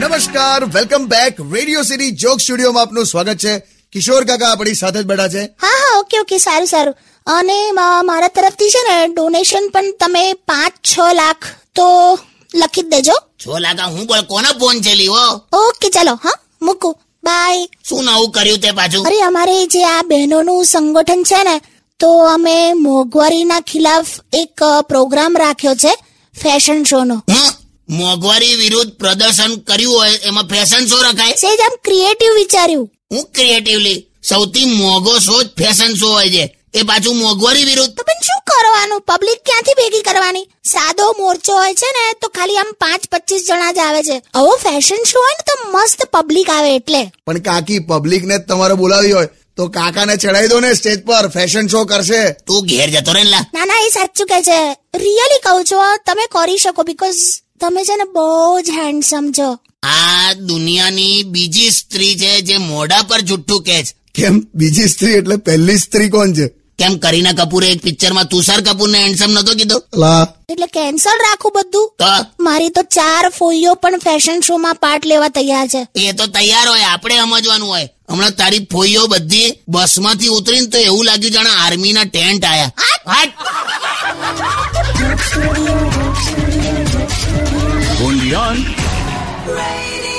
નમસ્કાર welcome back radio city joke સ્ટુડિયોમાં આપનું સ્વાગત છે કિશોર કાકા આપણી સાથે જ બેઠા છે હા હા ઓકે ઓકે સારું સારું અને મા- મારા તરફથી છે ને ડોનેશન પણ તમે પાંચ છ લાખ તો લખી જ દેજો છો લાગા હું બોલ કોનો ફોન છે લીવો ઓકે ચાલો હા મૂકું બાય શું નવું કર્યું તે પાછું અરે અમારે જે આ બહેનોનું સંગઠન છે ને તો અમે મોંઘવારીના ખિલાફ એક અ, પ્રોગ્રામ રાખ્યો છે ફેશન શોનો હં? મોંઘવારી વિરુદ્ધ પ્રદર્શન કર્યું હોય એમાં ફેશન શો રખાય સેજ આમ ક્રિએટિવ વિચાર્યું હું ક્રિએટિવલી સૌથી મોંઘો શો જ ફેશન શો હોય છે એ પાછું મોંઘવારી વિરુદ્ધ તો પણ શું કરવાનું પબ્લિક ક્યાંથી ભેગી કરવાની સાદો મોરચો હોય છે ને તો ખાલી આમ પાંચ પચીસ જણા જ આવે છે આવો ફેશન શો હોય ને તો મસ્ત પબ્લિક આવે એટલે પણ કાકી પબ્લિકને જ તમારે બોલાવી હોય તો કાકાને ચડાવી દો ને સ્ટેજ પર ફેશન શો કરશે તું ઘેર જતો રે ને લા ના ના એ સાચું કે છે રિયલી કહું છું હો, તમે કરી શકો બીકોઝ તમે છે ને બહુ જ હેન્ડસમ છો આ દુનિયાની બીજી સ્ત્રી છે જે મોઢા પર જુઠ્ઠું કે છે કેમ બીજી સ્ત્રી એટલે પહેલી સ્ત્રી કોણ છે કેમ કરીના કપૂરે એક પિક્ચરમાં તુષાર કપૂરને હેન્ડસમ નતો કીધો લા એટલે કેન્સલ રાખું બધું તો મારી તો ચાર ફોઈઓ પણ ફેશન શો માં પાર્ટ લેવા તૈયાર છે એ તો તૈયાર હોય આપણે સમજવાનું હોય હમણાં તારી ફોઈઓ બધી બસમાંથી ઉતરીને તો એવું લાગ્યું જાણે આર્મીના ટેન્ટ આયા હાટ! Undian. Radio